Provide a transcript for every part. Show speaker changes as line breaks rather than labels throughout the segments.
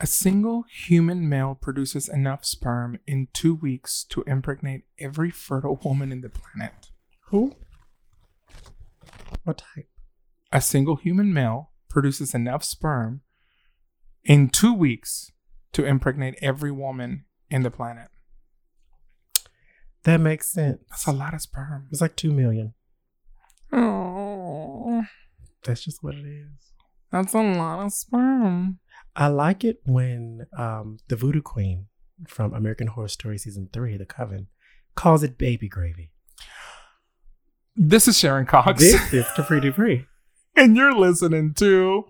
A single human male produces enough sperm in two weeks to impregnate every fertile woman in the planet.
Who? What type?
A single human male produces enough sperm in two weeks to impregnate every woman in the planet.
That makes sense.
That's a lot of sperm.
It's like two million.
Oh,
That's just what it is.
that's a lot of sperm.
I like it when um, the Voodoo Queen from American Horror Story season three, The Coven, calls it baby gravy.
This is Sharon Cox,
This is Capri Dupree.
and you're listening to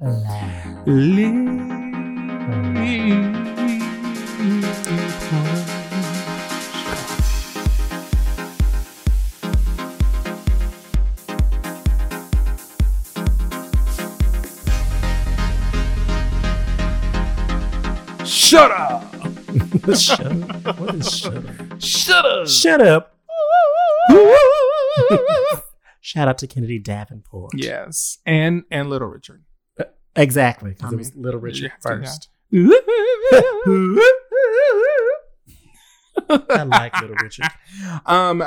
Shut up!
shut up. What is shut up?
Shut up!
Shut up. Shout out to Kennedy Davenport.
yes, and and Little Richard.
Exactly. Because
I
it was Little Richard
yeah,
first. I
I
like Little Richard.
Um,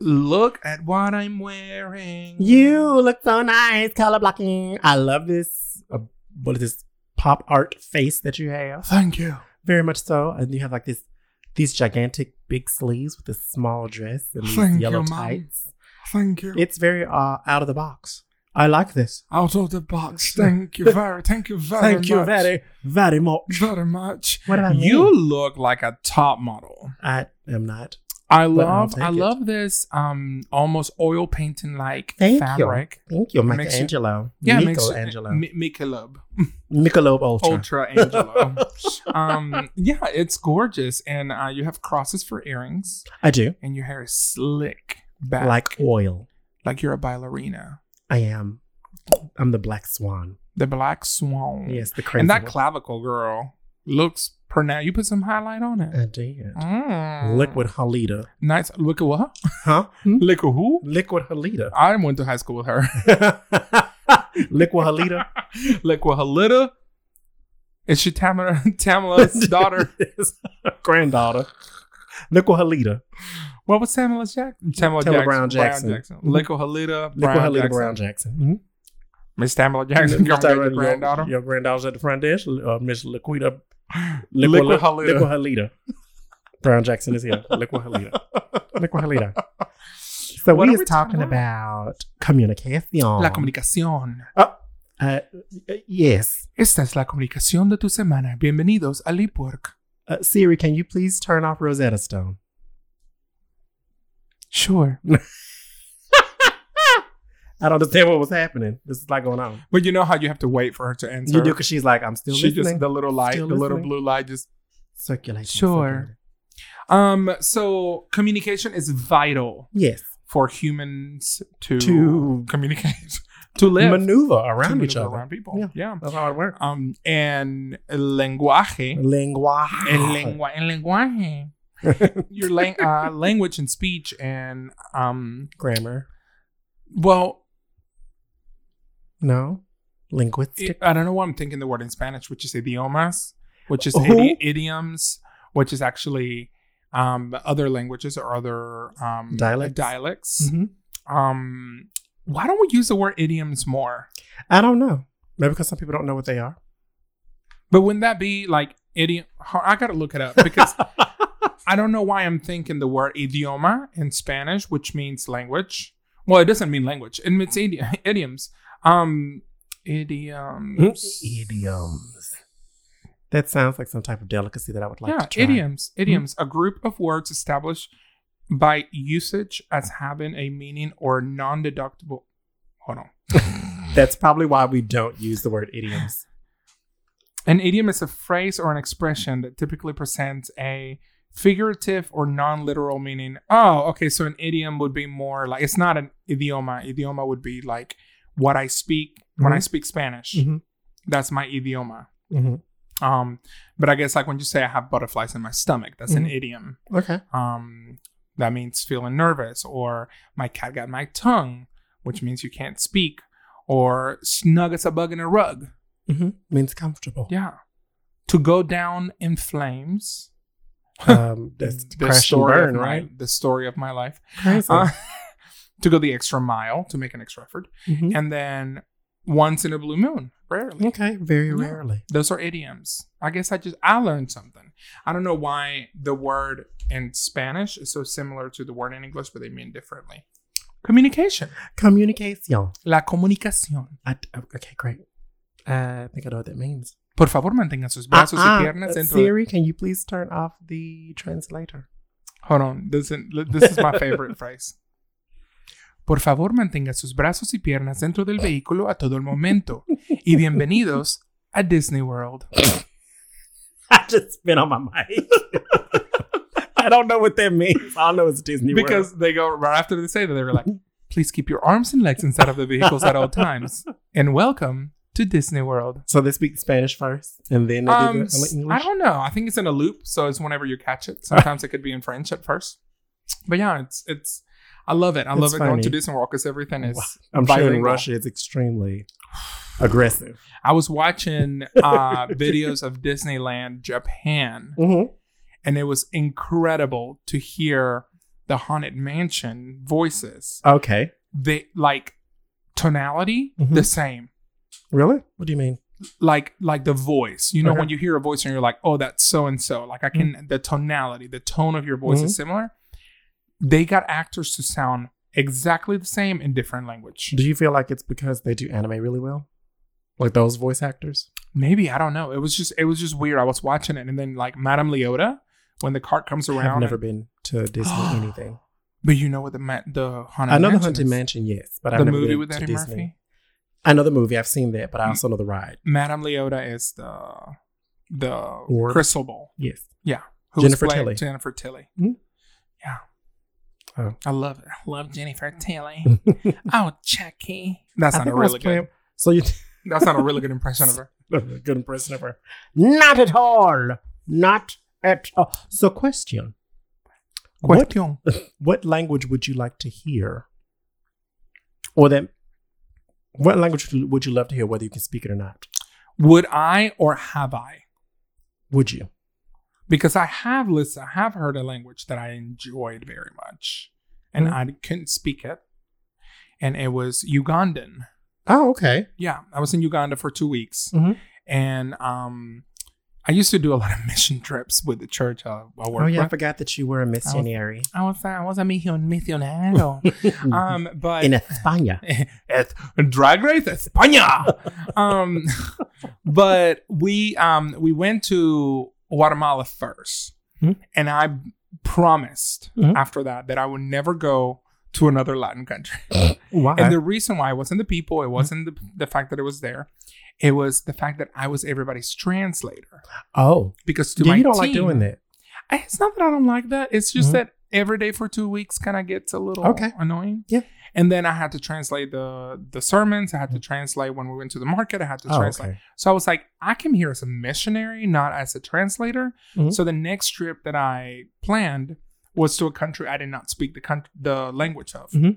look at what I'm wearing.
You look so nice, color blocking. I love this. Uh, what is this pop art face that you have?
Thank you.
Very much so. And you have like this, these gigantic big sleeves with this small dress and these
Thank you,
yellow
Mom.
tights.
Thank you.
It's very uh, out of the box. I like this.
Out of the box. Thank you very. Thank you very.
Thank you
much.
very, very much.
very much.
What about
You
me?
look like a top model.
I am not.
I
But I'll
love.
take
I
it.
love this. Um, almost oil painting like
Thank you.
fabric.
Thank you,
makes you-
Michelangelo.
Yeah, it makes
Michelangelo.
Mi- Michelob.
Michelob Ultra.
Ultra Angelo. um, yeah, it's gorgeous, and uh, you have crosses for earrings,
I do.
and your hair is slick back,
Like oil.
like you're a ballerina.
I am. I'm the black swan.
The black swan.
Yes, the crazy
and that
one.
clavicle girl looks pronounced. You put some highlight on it.
I did.
Mm.
Uh, Liquid Halita. Hmm?
Nice. Look at what?
Huh?
Liquid who?
Liquid Halita.
I went to high school with her.
Liquid Halita.
Liquid Halita. Is she Tamara Tamala's daughter?
Granddaughter. Liquid Halita.
What was Tamala Jack? Tamala
Tamala Brown Jackson.
Liquid Halita.
Liquid
Brown
Halita
Jackson.
Brown Jackson. Mm-hmm.
Miss Tamala Jackson, your
Your,
granddaughter.
your granddaughter's at the front desk. Uh, Miss Liquida.
Liquid
Li-
Halita.
Liquid Halita. Brown Jackson is here. Liquid Halita. Liquid Halita. So
What
we
are
is
we
talking
talking
about communication.
La comunicación.
uh, yes.
Esta es la comunicación de tu semana. Bienvenidos a Leapwork.
Uh, Siri, can you please turn off Rosetta Stone?
Sure.
I don't understand what was happening. This is like going on.
But you know how you have to wait for her to answer.
You do because she's like, I'm still
she
listening.
just the little light,
Still
the little
listening.
blue light just
circulating.
Sure.
circulating.
um so communication is vital
Yes.
for humans to,
To-
communicate. To live
Maneuver
To
around
maneuver
each other.
Around people.
Yeah.
Yeah.
That's how it works.
Um and el lenguaje.
Lingua.
El lengua el lenguaje. Your lang- uh, language and speech and um
Grammar.
well
No.
it-
Linguistic.
I don't know why I'm thinking the word in Spanish, which is idiomas, which is
Who?
idi- idioms, which is actually um, other languages or other um,
Dialects.
dialects.
Mhm.
Um, why don't we use the word idioms more?
I don't know. Maybe because some people don't know what they are.
But wouldn't that be like idiom? I gotta look it up because I don't know why I'm thinking the word idioma in Spanish, which means language. Well, it doesn't mean language; it means idi- idioms. Um,
Hmm?
idioms.
Idioms. That sounds like some type of delicacy that I would like
yeah,
to try. Hmm?
idioms. Idioms, a group of words established by usage as having a meaning or non-deductible. Hold on.
That's probably why we don't use the word idioms.
An idiom is a phrase or an expression that typically presents a figurative or non-literal meaning. Oh, okay. So an idiom would be more like it's not an idioma. Idioma would be like what I speak when I
Mhm.
speak Spanish.
Mhm.
That's my idioma.
Mhm.
Um, but I guess like when you say I have butterflies in my stomach, that's an
Mhm.
idiom.
Okay.
Um, that means feeling nervous, or my cat got my tongue, which means you can't speak, or snug as a bug in a rug.
Mm-hmm. Means comfortable.
Yeah. to go down in flames.
Um, that's
The
crash and
story of
burn,
my-
right?
The story of my life.
Crazy.
Uh, to go the extra mile to make an extra effort,
Mhm.
and then once in a blue moon, rarely.
Okay, very
Yeah.
rarely.
Those are idioms. I guess I just I learned something. I don't know why the word in Spanish is so similar to the word in English, but they mean differently. Communication,
Communication.
la comunicación.
I, oh, okay, great. Uh, I think I know what that means.
Por favor, mantengan sus brazos
Uh-uh.
y piernas
Uh,
dentro. de-
Siri, can you please turn off the translator?
Hold on, this is, this is my favorite phrase. Por favor, mantenga sus brazos y piernas dentro del vehículo a todo el momento. Y bienvenidos a Disney World.
I just spit on my mic. I don't know what that means. All I know it's Disney
Because they go right after they say that, they were like, please keep your arms and legs inside of the vehicles at all times. And welcome to Disney World.
So they speak Spanish first, and then they do
Um,
the
s-
English.
I don't know. I think it's in a loop, so it's whenever you catch it. Sometimes it could be in French at first, but yeah, it's it's. I love it. I love
It's
it going to
funny.
Disney World because everything is.
I'm sure in
bilingual.
Russia it's extremely aggressive.
I was watching uh, videos of Disneyland Japan,
Mm-hmm.
and it was incredible to hear the haunted mansion voices.
Okay,
They like tonality
Mhm.
the same.
really? What do you mean?
like like the voice. You know,
Okay. Mm.
when you hear a voice and you're like, oh, that's so and so. Like I can the tonality, the tone of your voice
Mm-hmm.
is similar. They got actors to sound exactly the same in different language.
Do you feel like it's because they do anime really well, like those voice actors?
Maybe I don't know. It was just it was just weird. I was watching it and then like Madame Leota when the cart comes around.
I've never
and-
been to Disney anything.
but you know what the ma- the haunted
I know the
Mansion
Haunted
is.
Mansion, yes, but I've
The
never
movie
been
with
to
Eddie
Disney.
Murphy.
I know the movie. I've seen that, but I also know the ride.
Madame Leota is the the
Orb.
crystal ball.
Yes.
who's
Jennifer
playing
Tilly.
Jennifer Tilly.
Hmm?
Yeah.
Oh.
I love it. I love Jennifer Tilly. oh, Chucky. That's
I
not a
think I was
really good.
playing- So you
That's not a really good impression of her.
good impression of her. Not at all. Not at all. So question. What
Question.
what language would you like to hear? Or that what language would you- would you love to hear, whether you can speak it or not?
Would I or have I?
Would you?
Because I have listened, I have heard a language that I enjoyed very much, and
Hmm.
I couldn't speak it, and it was Ugandan.
Oh, okay.
yeah i was in uganda for two weeks
Mhm.
and um i used to do a lot of mission trips with the church i, I work
Oh yeah, I
with
forgot that you were a missionary.
i was i was a mission- misionero um but
in España.
Es- drag race españa um but we um we went to guatemala 1st
Mhm.
and i promised
Mhm.
after that that i would never go to another latin country
Why?
and the reason why it wasn't the people,
Mm-hmm.
it wasn't the, the fact that it was there, it was the fact that I was everybody's translator.
oh,
Because to
yeah,
my
you don't like doing that.
I- It's not that I don't like that. It's just
Mhm.
that every day for two weeks kind of gets a little
Okay.
annoying.
Yeah. Mm.
And then I had to translate the the sermons. I had to translate when we went to the market. I had to
Oh,
translate.
okay.
So I was like, I came here as a missionary, not as a translator.
Mhm.
So the next trip that I planned was to a country I did not speak the country, the language of,
Mhm.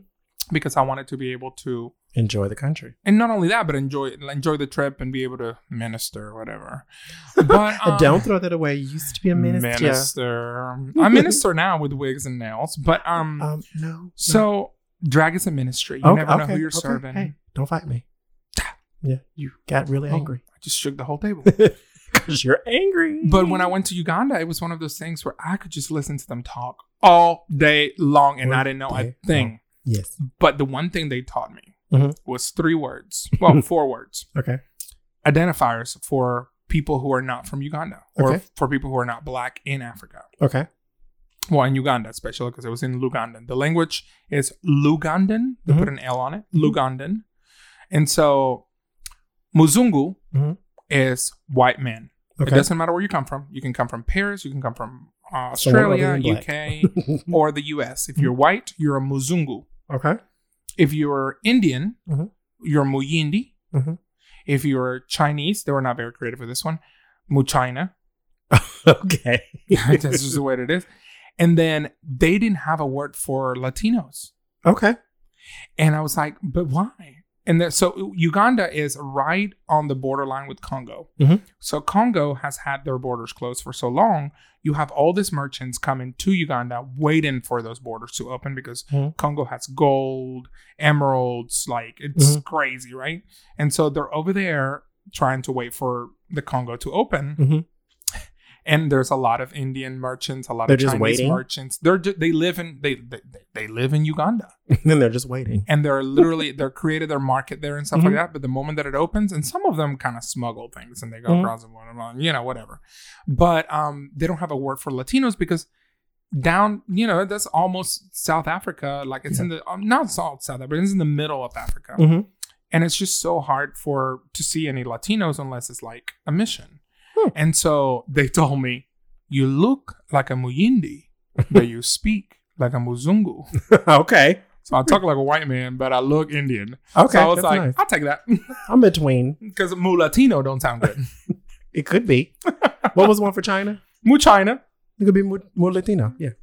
because I wanted to be able to
Enjoy the country.
and not only that, but enjoy enjoy the trip and be able to minister or whatever. But um,
don't throw that away. You used to be a minister.
minister. I minister now with wigs and nails, but um,
Um, no.
so drag is a ministry. You
no.
never know who you're
okay.
serving.
Hey, don't fight me. Yeah, you got really
Oh.
angry
I just shook the whole table.
because you're angry.
but when I went to Uganda, it was one of those things where I could just listen to them talk all day long, and I
All
didn't know
day
a thing.
yes,
But the one thing they taught me
Mhm.
was three words. Well, four words.
okay,
identifiers for people who are not from Uganda or
Okay.
for people who are not black in Africa.
okay,
Well, in Uganda, especially because it was in Lugandan. The language is Lugandan. They put an L on it,
Mhm.
Lugandan. And so Muzungu
Mhm.
is white man. It
okay.
doesn't matter where you come from. You can come from Paris, you can come from uh,
Someone other
Australia,
than
UK, or the US. If you're white, you're a Muzungu.
okay,
If you're Indian,
Mhm.
you're Muyindi.
Mhm.
If you're Chinese, they were not very creative with this one, Muchina.
okay.
That's just the way it is. And then they didn't have a word for Latinos.
okay.
And I was like, but why? And there, so Uganda is right on the borderline with Congo.
Mhm.
So Congo has had their borders closed for so long. You have all these merchants coming to Uganda, waiting for those borders to open because
Mhm.
Congo has gold, emeralds, like it's
Mm-hmm.
crazy, right? And so they're over there trying to wait for the Congo to open.
Mhm.
And there's a lot of Indian merchants, a lot
They're
of
just
Chinese
waiting?
merchants. They're ju- they live in they, they they live in Uganda
then they're just waiting.
and they're literally they're created their market there and stuff
Mhm.
like that. But the moment that it opens, and some of them kind of smuggle things and they go
Mhm.
across and blah, blah, blah, you know, whatever. But um, they don't have a word for Latinos because down, you know, that's almost South Africa. Like it's in the um, not South South Africa, it's in the middle of Africa,
Mhm.
and it's just so hard for to see any Latinos unless it's like a mission.
Hmm.
And so they told me, "You look like a Muyindi, but you speak like a Muzungu."
okay.
So I talk like a white man, but I look Indian.
Okay.
so I was
that's
like,
nice.
I'll take that
I'm between.
because mulatino don't sound good.
It could be. what was the one for China?
Mu China,
It could be more, more Latino. Yeah.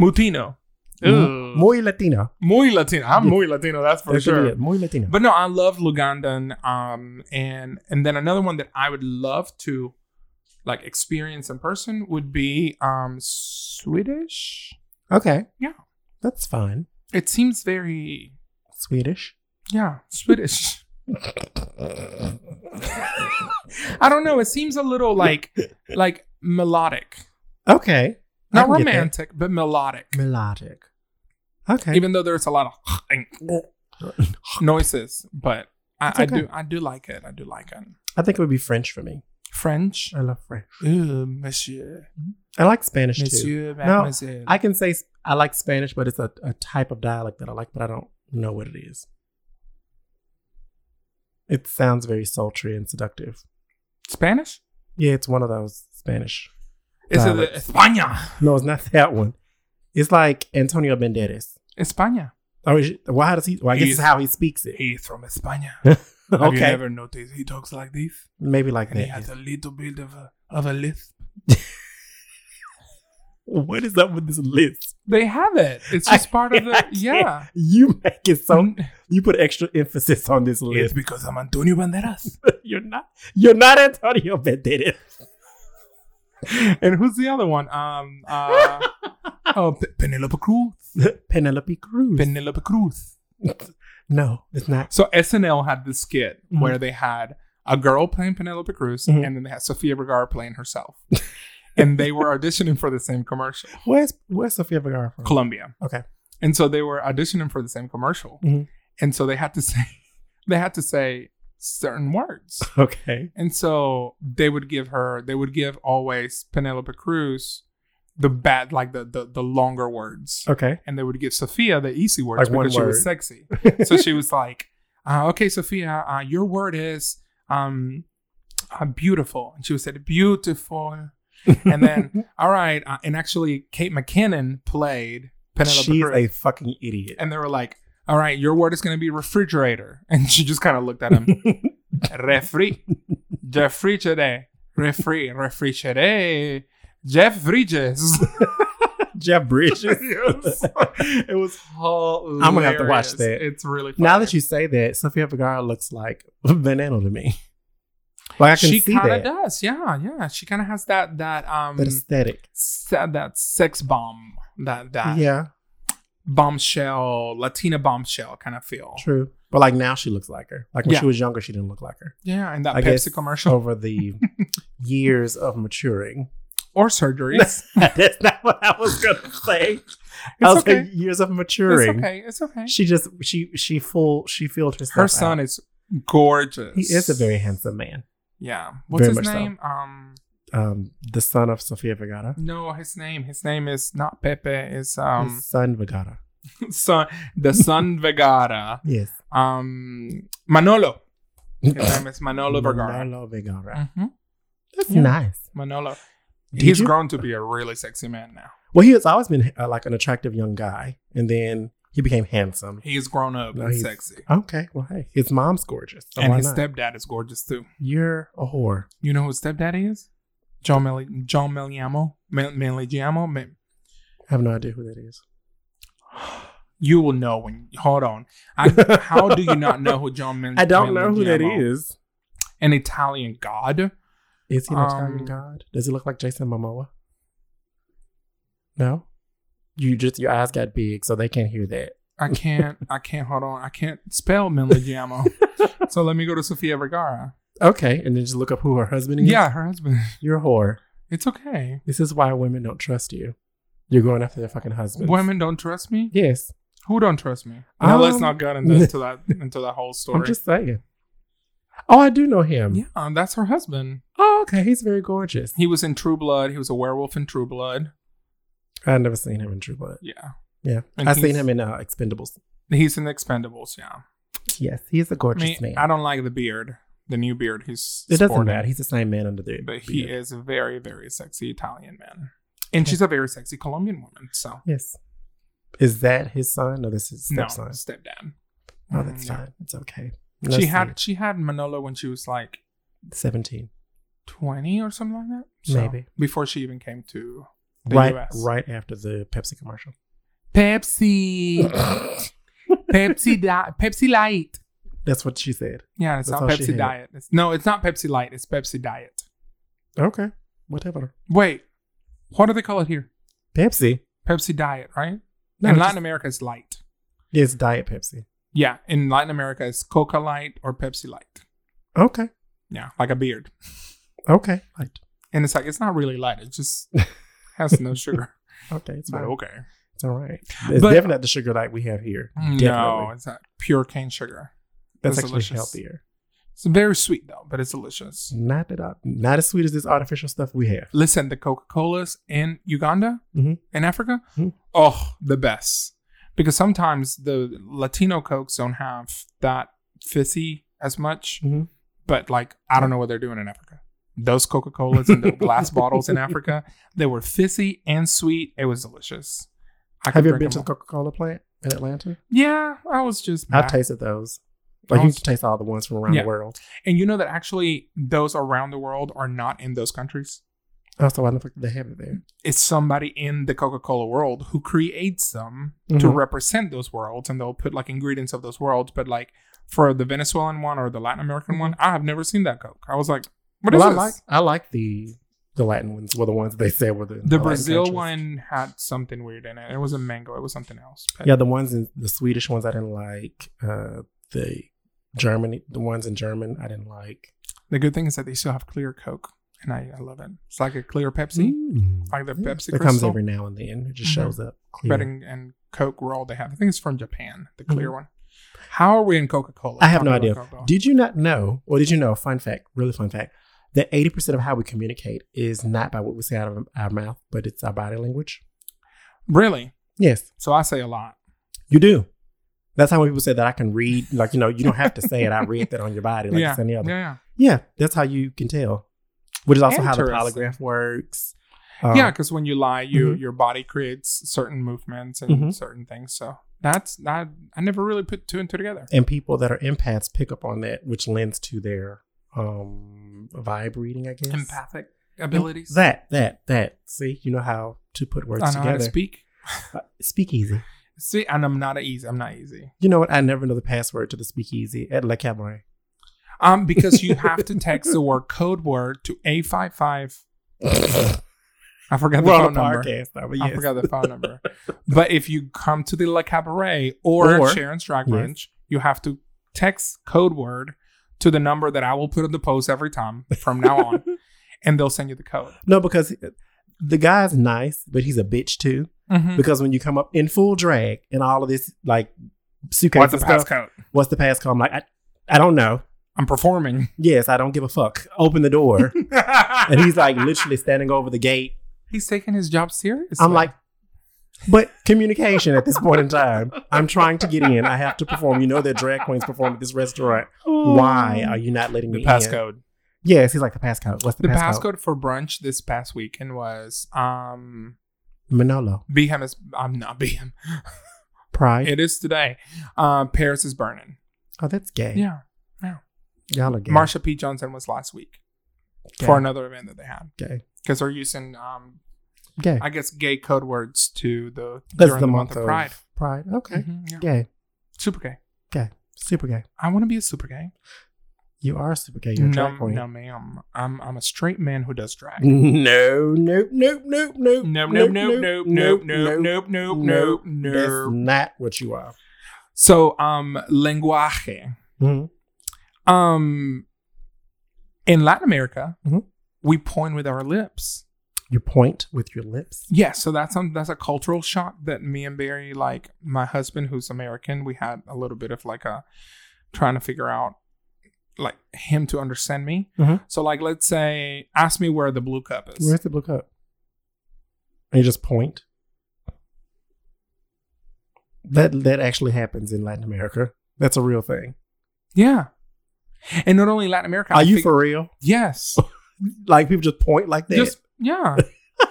mutino,
Mm,
Mu-
Muy Latino.
muy Latino. I'm muy Latino, that's for
That could be
sure.
it. Muy Latino.
But no, I love Lugandan. Um, and and then another one that I would love to like experience in person would be um Swedish.
okay.
Yeah.
That's fine.
It seems very
Swedish.
yeah Swedish. I don't know. It seems a little like like melodic,
okay. I
not
can get that.
romantic, but melodic.
Melodic. Okay.
even though there's a lot of noises but I,
It's
I
okay.
do i do like it i do like it
I think it would be French for me.
french
I love French.
Ooh, monsieur
I like Spanish too.
monsieur
No,
mademoiselle
I can say s- I like Spanish, but it's a, a type of dialect that I like, but I don't know what it is. It sounds very sultry and seductive.
spanish
Yeah, it's one of those Spanish.
is it
Dialect.
españa
No, it's not that one. It's like Antonio Banderas.
españa
Oh, is it- well, how does he? Well, I guess
He's-
it's how he speaks it.
he's from españa have you
okay,
never noticed he talks like this
maybe like
and
that.
he has a little bit of a of a lisp
What is up with this list?
they have it it's
I-
just part of
I
the
can't-
yeah
You make it so.
Mm,
You put extra emphasis on this
it's
list.
because i'm antonio banderas
you're not. You're not Antonio Banderas.
and who's the other one um uh oh Pe- penelope cruz
Penelope Cruz.
penelope cruz
no, it's not.
So SNL had this skit
Mhm.
where they had a girl playing Penelope Cruz
Mhm.
and then they had Sofia Vergara playing herself. and they were auditioning for the same commercial,
Where's Where's Sofia Vergara from?
Columbia.
Oh. Okay.
And so they were auditioning for the same commercial.
Mhm.
And so they had to say they had to say certain words.
Okay.
And so they would give her they would give always Penelope Cruz the bad like the the, the longer words.
Okay.
And they would give Sophia the easy words
Like one
because she was
word.
sexy so she was like, uh, "Okay, Sophia, uh, your word is um, uh, beautiful," and she was said beautiful. And then, all right, uh, and actually, Kate McKinnon played Penelope
she's
Cruz,
a fucking idiot.
and they were like, "All right, your word is going to be refrigerator," and she just kind of looked at him, refri, Jeffrey today, refri, refri today, Jeff Bridges.
Jeff Bridges.
Yes. it was hilarious.
I'm gonna have to watch that.
It's really funny.
Now that you say that, Sofia Vergara looks like banana to me. Like I can
she
see
kind
that
of does. Yeah, yeah. She kind of has that that um
that aesthetic.
se- that sex bomb that that
yeah,
bombshell Latina bombshell kind of feel.
true. But like now she looks like her. Like when
Yeah.
she was younger, she didn't look like her.
Yeah, and that
I
Pepsi
guess
commercial
over the years of maturing.
or surgeries.
oh. That's not what I was gonna say. I
It's
was
okay.
like years of
It's
maturing.
okay. It's okay.
She just she she full she filled herself.
Her son
out.
is gorgeous.
he is a very handsome man.
yeah. What's
very
his
much so.
name? Um,
Um, the son of Sofia Vergara.
no, his name. His name is not Pepe. It's um
His son Vergara.
son, the son Vergara.
Yes.
Um, Manolo. His name is Manolo Vergara.
Manolo Vergara.
Mhm.
That's
Yeah.
nice.
Manolo.
Did
He's
you-
grown to be a really sexy man now.
Well, he has always been uh, like an attractive young guy, and then he became handsome.
He's grown up
No,
and
he's-
sexy.
Okay, well, hey, his mom's gorgeous, so
and
why
his
not?
stepdad is gorgeous too.
You're a whore.
You know who his stepdad is? John Mel John Meliamo. Mel- Meligiamo. Mel-
I have no idea who that is.
You will know when. Hold on. I, how do you not know who John Mil-
I don't know who that
Meligiano-
is.
An Italian god.
Is he an Italian
Um,
god? Does he look like Jason Momoa? No. You just your eyes got big, so they can't hear that.
I can't. I can't. Hold on. I can't spell Meligiano. so let me go to Sofia Vergara.
Okay, and then just look up who her husband is.
Yeah, her husband.
you're a whore.
It's okay.
This is why women don't trust you. You're going after their fucking husbands.
Women don't trust me.
Yes,
Who don't trust me? No, let's
Um,
not get into, into that into that whole
I'm
story.
just saying. Oh, I do know him.
yeah, that's her husband.
Oh, okay. He's very gorgeous.
He was in True Blood. He was a werewolf in True Blood.
I've never seen him in True Blood.
Yeah,
Yeah,
And
I've seen
he's-
him in uh, Expendables.
he's in Expendables. Yeah,
Yes, he is a
I
gorgeous
mean,
man.
I don't like the beard, the new beard. He's
it doesn't
sporting.
matter. He's the same man under there.
but he is a very very sexy Italian man, and she's a very sexy Colombian woman. So
Yes. Is that his son or this is
no,
stepson?
stepdad.
Oh, that's
Mm, yeah.
fine. It's okay.
She
Let's
had
see.
she had Manolo when she was like
17.
twenty or something like that. So,
Maybe.
before she even came to the
Right
U.S.
right after the Pepsi commercial.
Pepsi, Pepsi, di- Pepsi Light.
that's what she said.
Yeah, it's
That's
not
all she
Pepsi
had.
Diet. It's, no, it's not Pepsi Light. It's Pepsi Diet.
Okay. Whatever.
Wait, what do they call it here?
Pepsi.
Pepsi Diet, right?
No,
in Latin
it's just-
America, it's light.
It's Diet Pepsi.
Yeah, in Latin America, it's Coca Light or Pepsi Light.
Okay.
Yeah, like a beard.
Okay. Right.
And it's like, it's not really light. It just has no sugar.
Okay. It's
But
fine.
okay.
It's all right. It's
But-
definitely not the sugar like we have here.
No,
Definitely.
it's not pure cane sugar.
That's
it's
actually
delicious.
healthier.
It's very sweet, though, but it's delicious.
Not that I, not as sweet as this artificial stuff we have.
Listen, the Coca Colas in Uganda,
Mhm.
in Africa,
Mhm.
oh, the best. Because sometimes the Latino Cokes don't have that fizzy as much.
Mhm.
but like I don't know what they're doing in Africa. Those Coca Colas in the glass bottles in Africa, they were fizzy and sweet. It was delicious. I could
Have you ever been
drink
to the
them
Coca Cola plant in Atlanta?
all. Yeah, I was just
I've
back.
tasted those. Like you
Those-
used to taste all the ones from around
Yeah.
the world.
and you know that actually those around the world are not in those countries.
Also, why the fuck did they have it there?
It's somebody in the Coca Cola world who creates them to
Mhm.
represent those worlds, and they'll put like ingredients of those worlds. But like for the Venezuelan one or the Latin American one, I have never seen that Coke. I was like, what is
Mm-hmm. well, I
this?
like I like the the Latin ones. Well, the ones they said were the
The
Latin
Brazil
countries.
one had something weird in it. It was a mango. It was something else. But
Yeah, the ones in the Swedish ones I didn't like. Uh, the Germany, the ones in German I didn't like.
The good thing is that they still have clear Coke, and I, I love it. It's like a clear Pepsi,
Mm.
like the Pepsi
It comes
crystal.
every now and then. It just
Mhm.
shows up.
But
Clear.
in, and Coke roll they have. I think it's from Japan. The clear one. How are we in Coca Cola?
Mm-hmm. I have no idea. Did you not know, or did you know, fun fact, really fun fact, that 80% of how we communicate is not by what we say out of our mouth, but it's our body language?
really?
Yes,
So I say a lot.
you do. That's how when people say that I can read, like, you know, you don't have to say it. I read that on your body, like
yeah.
it's any
yeah,
other. Yeah.
yeah,
that's how you can tell, which is also how the
Interesting.
polygraph works.
yeah.
Um,
Because when you lie, you
Mhm.
your body creates certain movements and
Mhm.
certain things. So that's that. I never really put two and two together.
And people that are empaths pick up on that, which lends to their um vibe reading, I guess.
Empathic abilities.
That, that, that. See, you know how to put words
I know how
together.
to speak.
speak easy.
See, and I'm not easy. I'm not easy.
You know what? I never know the password to the speakeasy at La Cabaret.
Um, because you have to text the word code word to eight five five. I forgot the
We're on
phone
a
number.
podcast now, but
I
yes.
forgot the phone number. But if you come to the La Cabaret or,
Or-
Sharon's Drag
Yes.
Brunch, you have to text code word to the number that I will put in the post every time from now on, and they'll send you the code.
No, because the guy's nice, but he's a bitch too.
Mm.
Because when you come up in full drag and all of this, like, suitcase
What's the
and stuff,
passcode?
what's the passcode? I'm like, I, I don't know.
I'm performing.
Yes, I don't give a fuck. Open the door. and
and
he's like literally standing over the gate.
he's taking his job seriously.
I'm like, but communication at this point in time. I'm trying to get in. I have to perform. You know that drag queens perform at this restaurant. Why are you not letting
the
me in?
passcode?
Yes, he's like the passcode. What's the,
Oh. The
passcode?
passcode for brunch this past weekend was um
Manolo.
Beham is I'm not Beham.
Pride.
It is today. Uh, Paris is burning.
oh, that's gay.
Yeah.
Y'all are gay.
Marsha P. Johnson was last week
gay.
for another event that they had.
Gay.
Because they're using um
Gay.
I guess gay code words to the
that's
during
the, month, of Pride. Pride. Okay.
Mhm, yeah.
Gay.
Super gay.
Super gay.
I want to be a super gay.
You are super gay. You're a
no,
drag queen.
no, ma'am. I'm I'm a straight man who does drag.
No, nope, nope, nope, nope,
No, no, no, no, no, no, no, no, no,
That's
no.
not what you are.
So, um, lenguaje.
Mhm.
Um, in Latin America,
Mhm.
we point with our lips.
You point with your lips.
Yeah, so that's some that's a cultural shock that me and Barry, like my husband who's American, we had a little bit of like a trying to figure out like him to understand me.
Mhm.
So, like, let's say, ask me where the blue cup is.
Where's the blue cup? And you just point. That that actually happens in Latin America. That's a real thing.
Yeah. And not only Latin America. I
Are you
think-
for real?
Yes.
Like people just point like that.
Just yeah.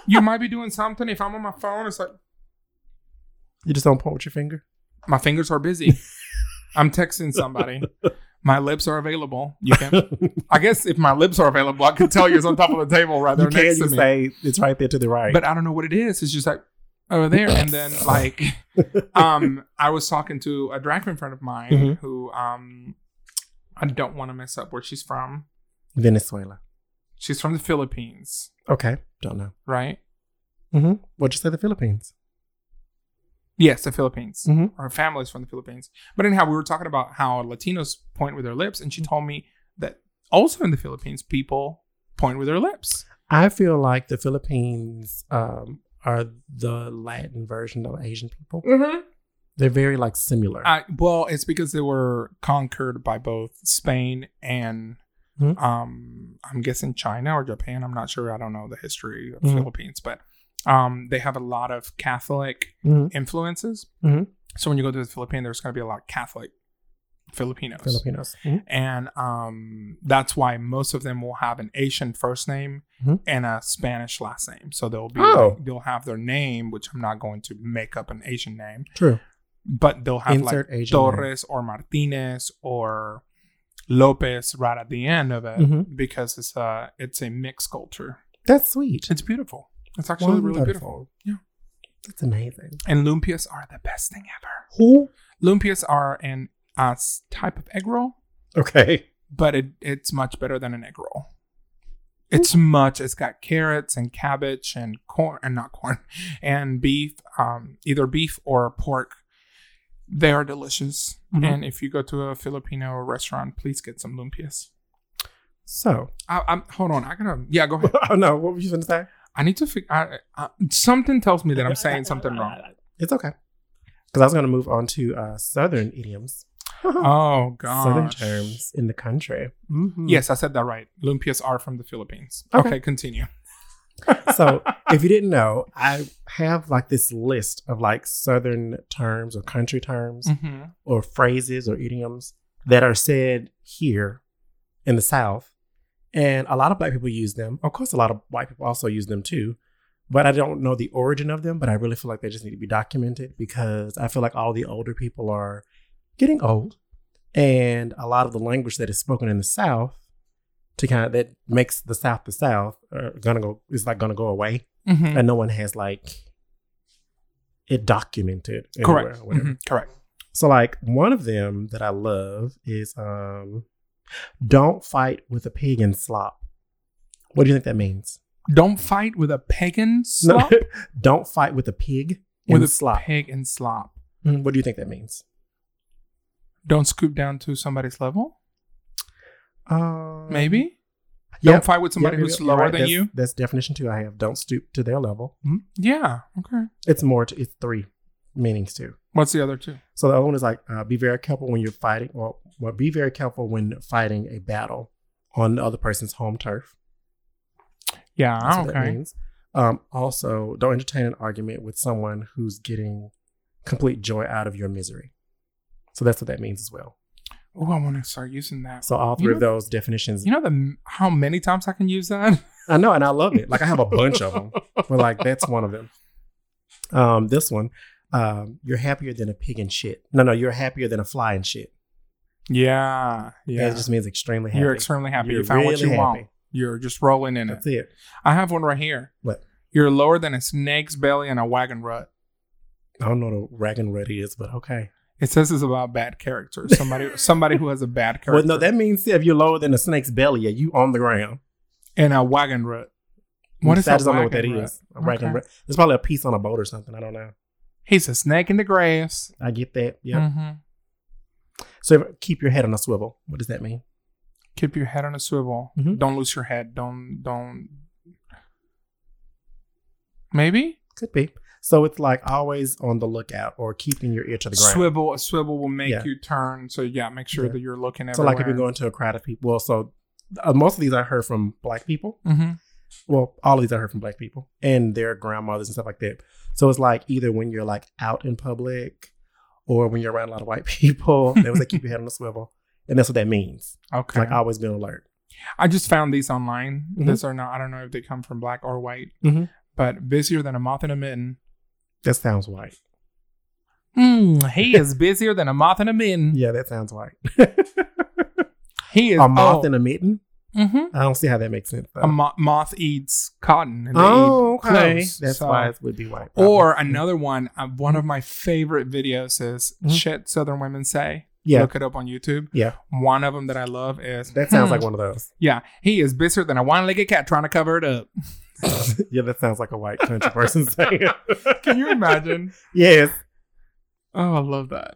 you might be doing something. If I'm on my phone, it's like
you just don't point with your finger.
my fingers are busy. I'm texting somebody. My lips are available. You can. I guess if my lips are available, I could tell you're on top of the table right there
you can
next
you
to me.
can say it's right there to the right.
But I don't know what it is. It's just like over there, and then like, um, I was talking to a drag queen friend of mine
Mhm.
who um, I don't want to mess up where she's from.
Venezuela.
She's from the Philippines,
Okay. Don't know.
right?
Mm-hmm. What'd you say? The Philippines.
Yes, the Philippines.
Mhm.
Her family's from the Philippines. But anyhow, we were talking about how Latinos point with their lips, and she told me that also in the Philippines, people point with their lips.
I feel like the Philippines um, are the Latin version of Asian people.
Mm-hmm.
They're very like similar.
I, well, it's because they were conquered by both Spain and,
Mhm.
um, I'm guessing China or Japan. I'm not sure. I don't know the history of the
Mhm.
Philippines, but um, they have a lot of Catholic
Mhm.
influences.
Mhm.
So when you go to the Philippines, there's going to be a lot of Catholic Filipinos.
Filipinos.
and um, that's why most of them will have an Asian first name
Mhm.
and a Spanish last name. So they'll be
Oh.
like, they'll have their name, which I'm not going to make up an Asian name,
True.
but they'll have
Insert
like
Asian name.
Torres or Martinez or Lopez right at the end of it
Mhm.
because it's a it's a mixed culture.
That's sweet.
It's beautiful. It's actually really
Wonderful.
beautiful. Yeah.
That's amazing.
And lumpias are the best thing ever.
Who?
Lumpias are an uh, s- type of egg roll.
Okay.
but it, it's much better than an egg roll. It's much. It's got carrots and cabbage and corn, and not corn, and beef, um, either beef or pork. They are delicious.
Mhm.
And if you go to a Filipino restaurant, please get some lumpias.
So,
I, I'm hold on. I gotta. Yeah, go ahead.
oh no, what were you going to say?
I need to figure. I, I, something tells me that I'm saying something wrong.
It's okay. Because I was going to move on to uh, Southern idioms,
Oh God.
Southern terms in the country. Mm-hmm.
Yes, I said that right. Lumpias are from the Philippines.
Okay.
okay continue.
so if you didn't know, I have like this list of like Southern terms or country terms
hmm
or phrases or idioms that are said here in the South. And a lot of black people use them. Of course, a lot of white people also use them too. But I don't know the origin of them, but I really feel like they just need to be documented because I feel like all the older people are getting old. And a lot of the language that is spoken in the South to kind of that makes the South the South are gonna go is like gonna go away
hmm
and no one has like it documented anywhere
Correct.
or whatever.
Mhm, Correct.
So like one of them that I love is um don't fight with a pig and slop. What do you think that means?
Don't fight with a pagan
No,
slop.
don't fight with a pig and
with a
slop.
pig and slop.
Mm, What do you think that means?
Don't scoop down to somebody's level.
Um,
Maybe
Yep,
don't fight with somebody
yep,
who's
yep, you're
lower
right.
than
That's-
you. Mm-hmm.
That's definition two. I have don't stoop to their level.
Yeah. Okay.
It's more. To, it's three meanings too.
What's the other two?
So the other one is like uh, be very careful when you're fighting, or well, be very careful when fighting a battle on the other person's home turf.
Yeah.
That's what that
Oh, okay.
means. Um, also, don't entertain an argument with someone who's getting complete joy out of your misery. So that's what that means as well.
Oh, I want to start using that.
So all
You
three of
know-
those definitions,
You know the how many times I can use that?
I know, and I love it. Like I have a bunch of them, but like that's one of them. Um, this one, um, you're happier than a pig and shit. No, no, you're happier than a fly and shit.
Yeah.
Yeah,
Yeah.
it just means extremely happy.
You're extremely happy.
You're
you found what
really
you want.
happy.
You're just rolling in it.
That's it.
I have one right here.
What?
You're lower than a snake's belly and a wagon rut.
I don't know what a rag and red is, but okay.
It says it's about bad character. Somebody somebody who has a bad character.
Well, no, that means if you're lower than a snake's belly, yeah, you on the ground.
and a wagon rut. What is
I
that?
just don't know what that
wagon rut?
is. A rag and
Okay.
red. It's probably a piece on a boat or something. I don't know.
He's a snake in the grass.
I get that. Yeah.
Mhm.
So if- keep your head on a swivel. What does that mean?
Keep your head on a swivel.
Mhm.
Don't lose your head. Don't don't. Maybe
Could be. So it's like always on the lookout or keeping your ear to the ground.
swivel. A swivel will make
Yeah.
you turn. So yeah, make sure
Yeah.
that you're looking everywhere.
So like if you're going to a crowd of people. Well, so uh, most of these I heard from black people.
hmm
well, all of these I heard from black people and their grandmothers and stuff like that. So it's like either when you're like out in public or when you're around a lot of white people, they was like keep your head on a swivel. And that's what that means. It's
Okay.
Like uh, always be on alert.
I just found these online.
Mhm.
These are not. I don't know if they come from black or white.
Mhm.
But busier than a moth in a mitten.
That sounds white.
Mm, he is busier than a moth in a mitten.
Yeah, that sounds white.
He is
A moth
oh,
in a mitten?
mhm.
I don't see how that makes sense. Though.
A mo- moth eats cotton. And they eat
oh, okay.
clothes,
That's
so-
why it would be white. probably.
Or another one, uh, one
Mm-hmm.
of my favorite videos is
Mhm.
shit Southern women say.
yeah,
Look it up on YouTube.
Yeah.
One of them that I love is
that sounds
"Hmm,
like one of those.
yeah. He is busier than a one-legged cat trying to cover it up.
yeah, that sounds like a white country person saying.
Can you imagine?
yes.
oh, I love that.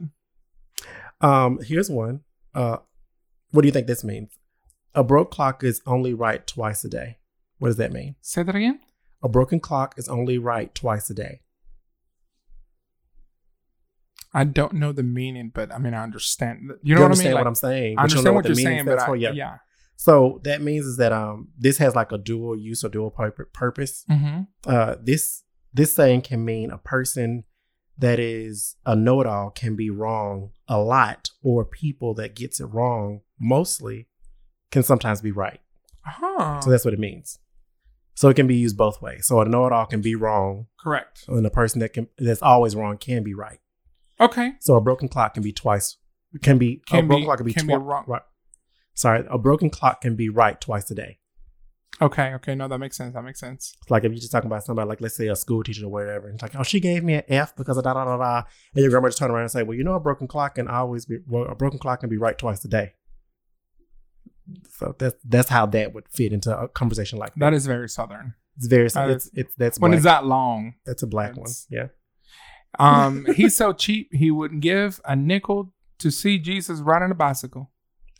Um, here's one. Uh, what do you think this means? A broke clock is only right twice a day. What does that mean?
Say that again.
A broken clock is only right twice a day.
I don't know the meaning, but I mean I understand. You
You
know what I mean?
understand
Like,
what I'm saying?
I
but you
understand
don't know
what,
that
you're
means.
saying, but
That's
I,
what-
yeah.
So that means is that um this has like a dual use or dual pur- purpose.
Mm-hmm.
Uh, this this saying can mean a person that is a know-it-all can be wrong a lot, or people that gets it wrong mostly can sometimes be right.
Huh.
So that's what it means. So it can be used both ways. So a know-it-all can be wrong,
Correct.
and a person that can that's always wrong can be right.
Okay.
So a broken clock can be twice. Can be
Can
a broken
be-
clock can be,
can
twice.
be wrong.
Right. Sorry, a broken clock can be right twice a day.
Okay. Okay. No, that makes sense. That makes sense.
It's like if you're just talking about somebody, like let's say a school teacher or whatever, and it's like, oh, she gave me an F because of da da da da, and your grandma just turned around and say, well, you know, a broken clock can always be well, a broken clock can be right twice a day. So that's that's how that would fit into a conversation like that.
That is very southern.
It's very
that
it's it's that's
When
black.
is that long?
That's a black one.
That's-
Yeah.
Um, he's so cheap he wouldn't give a nickel to see Jesus riding a bicycle.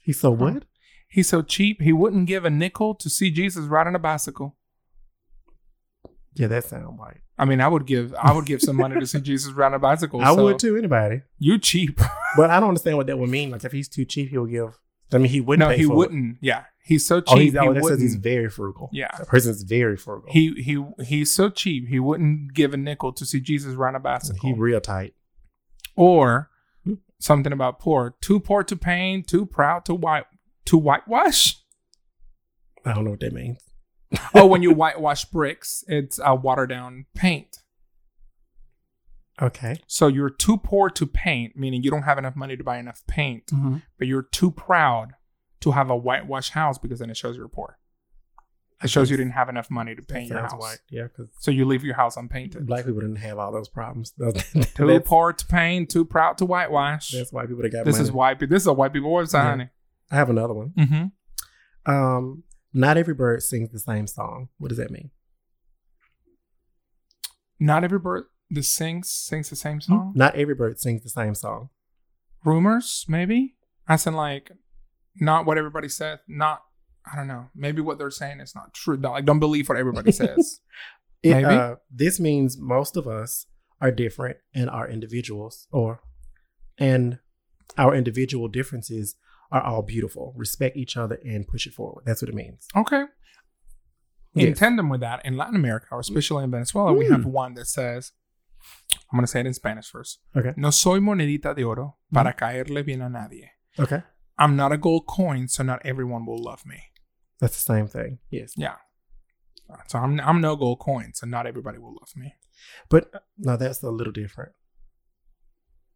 He's so what?
He's so cheap he wouldn't give a nickel to see Jesus riding a bicycle.
Yeah, that sound white.
I mean, I would give I would give some money to see Jesus riding a bicycle.
I
so
would too, anybody.
You cheap?
But I don't understand what that would mean. Like if he's too cheap, he'll give. I mean, he wouldn't.
no,
pay
he
for it.
wouldn't. Yeah, he's so cheap
Oh, he's,
he
oh, that says
wouldn't.
he's very frugal.
Yeah.
that person's very frugal.
he he he's so cheap he wouldn't give a nickel to see Jesus riding a bicycle.
he Hmm. real tight.
or something about poor, too poor to pain, too proud to white to whitewash.
I don't know what that means.
oh, when you whitewash bricks, it's uh, water down paint.
Okay.
So you're too poor to paint, meaning you don't have enough money to buy enough paint, but you're too proud to have a whitewash house because then it shows you're poor. It shows you didn't have enough money to paint your
Sounds
house.
white. Yeah, because
So you leave your house unpainted.
black people didn't have all those problems. that's,
too
that's
poor to paint, too proud to whitewash.
why people that got
This
money.
is white. pe- This is a white people website,
Yeah.
honey.
I have another one.
Mm-hmm.
Um, not every bird sings the same song. What does that mean?
Not every bird that sings sings the same song.
Not every bird sings the same song.
rumors, maybe. As in, like, not what everybody said. Not, I don't know. Maybe what they're saying is not true. Don't- like, don't believe what everybody says.
It,
Maybe.
Uh, this means most of us are different and are individuals, or and our individual differences are all beautiful. Respect each other and push it forward. That's what it means.
Okay. In
Yes.
tandem with that, in Latin America, or especially in Venezuela, we
Mm.
have one that says, I'm going to say it in Spanish first.
Okay. Mm-hmm.
No soy monedita de oro para caerle bien a nadie.
Okay,
I'm not a gold coin, so not everyone will love me.
that's the same thing. Yes,
So I'm, I'm no gold coin, so not everybody will love me.
but uh, no, that's a little different.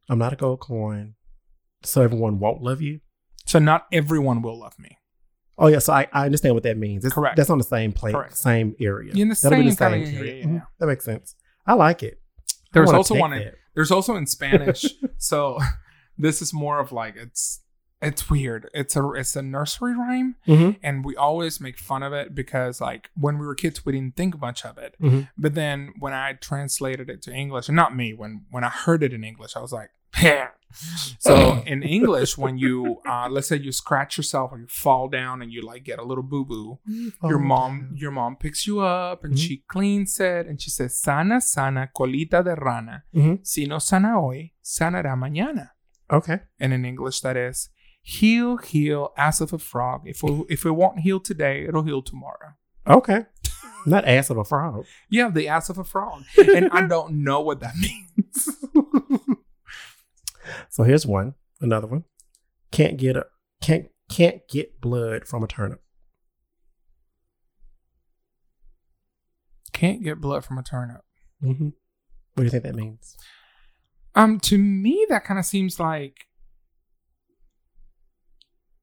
I'm not a gold coin, so everyone won't love you.
So not everyone will love me.
Oh yeah, so I, I understand what that means. It's,
Correct.
That's on the same plane,
Correct.
same area.
In the
That'll be the
same
same
kinda- yeah, yeah,
area. Mm-hmm.
yeah, yeah.
Mhm. That makes sense. I like it. I
There's
wanna
also
take
one in
that.
There's also in Spanish. so this is more of like it's it's weird. It's a it's a nursery rhyme,
Mhm.
and we always make fun of it because like when we were kids, we didn't think much of it.
Mhm.
But then when I translated it to English, and not me, when when I heard it in English, I was like, yeah. So in English, when you uh, let's say you scratch yourself or you fall down and you like get a little boo boo,
Mm-hmm. Oh,
your mom your mom picks you up and
Mhm.
she cleans it and she says sana sana colita de rana
Mhm.
si no sana hoy sanará mañana
Oh, Okay.
and in english that is heal heal as of a frog if we, if it won't heal today it'll heal tomorrow
Okay. Not ass of a frog.
yeah the ass of a frog and i don't know what that means
So here's one. Another one. Can't get a can't can't get blood from a turnip.
can't get blood from a turnip
Mm-hmm. What do you think that means?
um to me that kind of seems like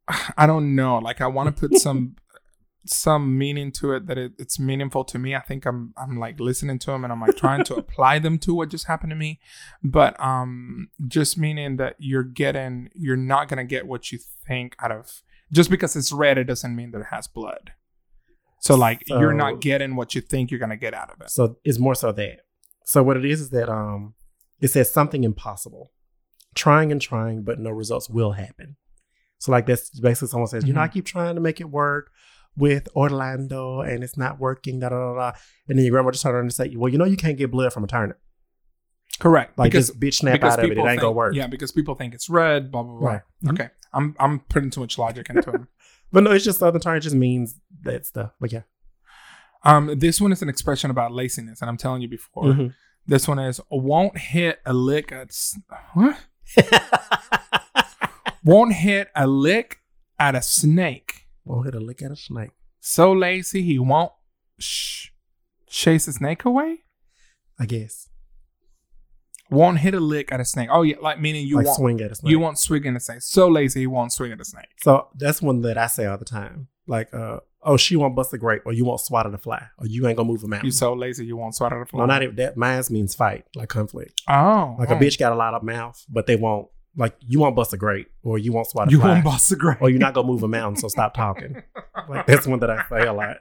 i don't know like i want to put some some meaning to it that it, it's meaningful to me. I think I'm I'm like listening to them and I'm like trying to apply them to what just happened to me, but um, just meaning that you're getting you're not gonna get what you think out of just because it's red. It doesn't mean that it has blood. So like you're
So-
not getting what you think you're gonna get out of it.
So it's more so that. So what it is is that um it says something impossible. Trying and trying, but no results will happen. So like that's basically someone says, you
Mm-hmm.
know, I keep trying to make it work with Orlando and it's not working, da da da da. And then your grandma just turned around and say, Well, you know you can't get blood from a turnip.
Correct.
Like
because
just bitch snap out of it. It ain't
think,
gonna work.
Yeah, because people think it's red. Blah blah blah.
Right. Mhm.
Okay, I'm I'm putting too much logic into them.
But no, it's just Southern Tire just means that stuff. But yeah.
Um, this one is an expression about laziness, and I'm telling you before.
Mhm.
This one is won't hit a lick. At, s- what? Won't hit a lick at a snake.
Won't hit a lick at a snake.
So lazy he won't sh- chase a snake away.
I guess.
Won't hit a lick at a snake. Oh yeah, like meaning you
like
won't
swing at a snake.
you won't swing at a snake. So lazy he won't swing at a snake.
So that's one that I say all the time. Like, uh, oh, she won't bust a grape, or you won't swat at a fly, or you ain't gonna move a mountain.
You so lazy you won't swat at a fly.
no, not even that. Mines means fight, like conflict.
oh,
Like
oh.
a bitch got a lot of mouth, but they won't. Like you won't bust a grape, or you won't swat a
You
fly,
won't bust a grape.
or you're not gonna move a mountain. So stop talking. Like that's one that I say a lot.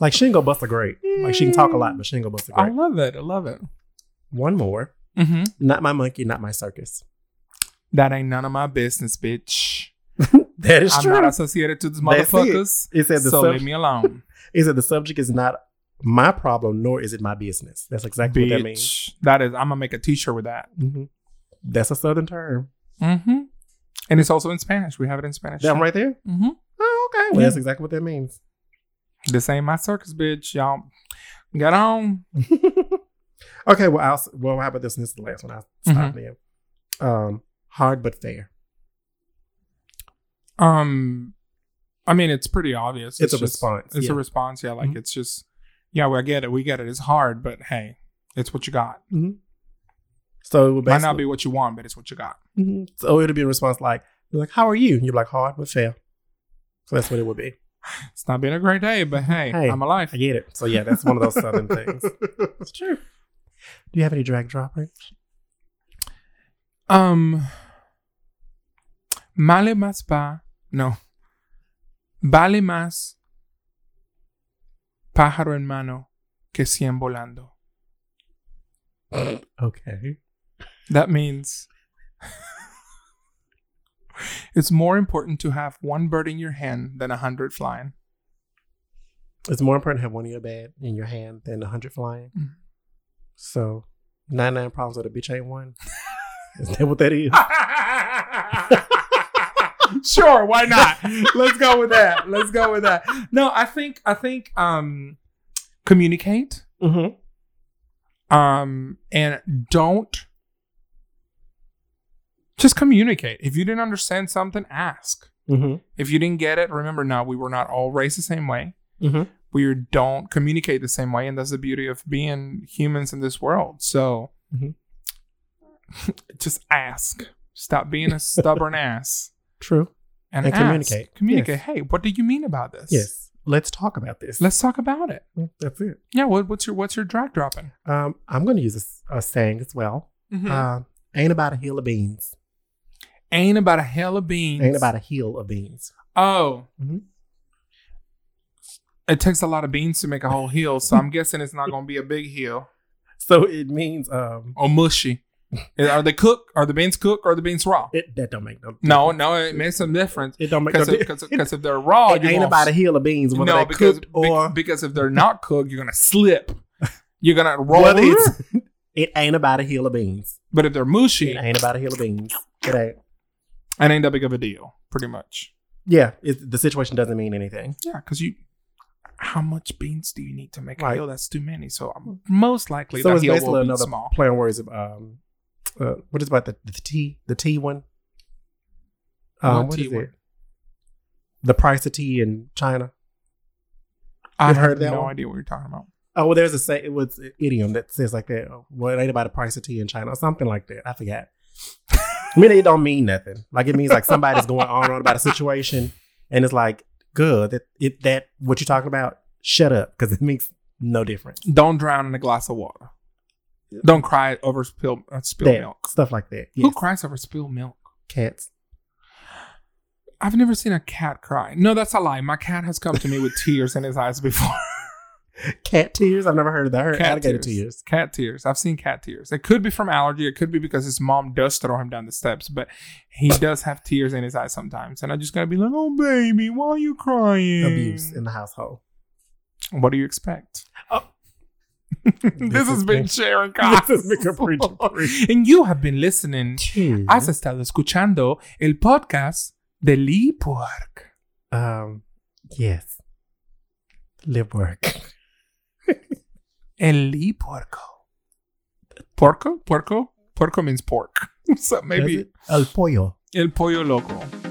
like she ain't gonna bust a grape. Like she can talk a lot, but she ain't gonna bust a
I
grape.
love it. I love it. Oh.
One more.
Mm-hmm.
Not my monkey, not my circus.
That ain't none of my business, bitch.
That is
I'm
true.
not associated to these
That's it.
motherfuckers.
it said the
So
subject.
leave me alone.
is that the subject is not my problem, nor is it my business. That's exactly what that means.
Bitch. That is, I'm gonna make a T-shirt with that.
Mhm. That's a southern term.
Mm-hmm. And it's also in Spanish. We have it in Spanish.
That one right there.
mm-hmm.
Oh, okay. Well,
Yeah.
That's exactly what that means.
This ain't my circus, bitch. Y'all get on.
okay. Well, I'll, s- well, how about this? And this is the last one. I'll
Mm-hmm.
stop there. Um, hard but fair.
Um, I mean, it's pretty obvious.
It's a
just-
response,
It's
yeah.
a response. Yeah, like
Mhm.
it's just, yeah, we get it. We get it. It's hard, but hey, it's what you got.
So it would
Might not
basically,
be what you want, but it's what you got.
Mhm. so it'll be a response like, you're like, how are you? And you're like, hard but fair. So that's what it would be.
It's not been a great day, but hey,
Hey.
I'm alive.
I get it. So yeah, that's one of those southern things. It's true. Do you have any drag droppers?
Um, vale más pa, no, vale más pájaro en mano que cien volando.
Okay.
That means it's more important to have one bird in your hand than a hundred flying.
It's more important to have one in your bed in your hand than a hundred flying.
Mhm.
So nine nine problems with a bitch ain't one. is that what that is?
sure, why not? Let's go with that. Let's go with that. No, I think I think um communicate.
Mm-hmm.
um and don't just communicate if you didn't understand something ask
Mm-hmm.
if you didn't get it remember now we were not all raised the same way
Mm-hmm.
we don't communicate the same way and that's the beauty of being humans in this world so
Mhm. Mm-hmm.
just ask stop being a stubborn ass
True.
and,
And
ask.
communicate.
communicate hey what do you mean about this
Yes. Let's talk about this.
let's talk about it
Yeah, That's it.
yeah what, what's your what's your drag dropping
Um, I'm going to use a s- a, saying as well.
Mhm.
Uh, ain't about a hill of beans.
ain't about a hell of beans.
Ain't about a hill of beans.
Oh.
Mhm.
It takes a lot of beans to make a whole heel, so I'm guessing it's not going to be a big heel
So it means um,
or mushy. Are they cooked? Are the beans cooked or are the beans raw?
it, that don't make no.
No, no, it makes some difference
it don't make no.
because
difference.
because because if they're raw,
it
you
ain't
gonna-
about a hill of beans, whether
no
they're
because
cooked
be-
or
because if they're not cooked, you're gonna slip. You're gonna roll
whether
it.
it's. It ain't about a hill of beans.
But if they're mushy,
It ain't about a hill of beans. It ain't.
it ain't that big of a deal, pretty much.
Yeah, it, the situation doesn't mean anything.
Yeah, because you. How much beans do you need to make a
Right.
heel? That's too many. So I'm- most likely
So
the
it's
heel will
basically
be
another
small.
play on words of um, uh, what is about the the tea the tea one? Um,
What
what
tea
is
one?
it? The price of tea in China.
I
You've
have
heard that
no
one?
idea what you're talking about.
Oh, well, there's a say it was an idiom that says like that. oh, Well, it ain't about the price of tea in China or something like that. I forgot. I mean, it don't mean nothing. Like it means like somebody's going on and on about a situation, and it's like, good that it that what you're talking about. Shut up, because it makes no difference.
Don't drown in a glass of water. Don't cry over spilled uh, spilled
That,
milk.
stuff like that.
Who
Yes.
cries over spilled milk?
Cats.
I've never seen a cat cry. No, that's a lie. My cat has come to me with tears in his eyes before.
Cat tears. I've never heard of that. I heard
Cat
alligator
tears.
tears.
cat tears. I've seen cat tears. It could be from allergy. It could be because his mom does throw him down the steps, but he does have tears in his eyes sometimes. And I just gotta be like, oh baby, why are you crying?
Abuse in the household.
What do you expect?
Oh.
this has been Sharon Cox.
This has been Capriccio Preach.
and you have been listening.
Two.
Has estado escuchando el podcast de Lee Pork.
Um. Yes. Live work.
El Lee Porco. Porco? Porco? Porco means pork. so maybe
Does it? El pollo.
el pollo loco.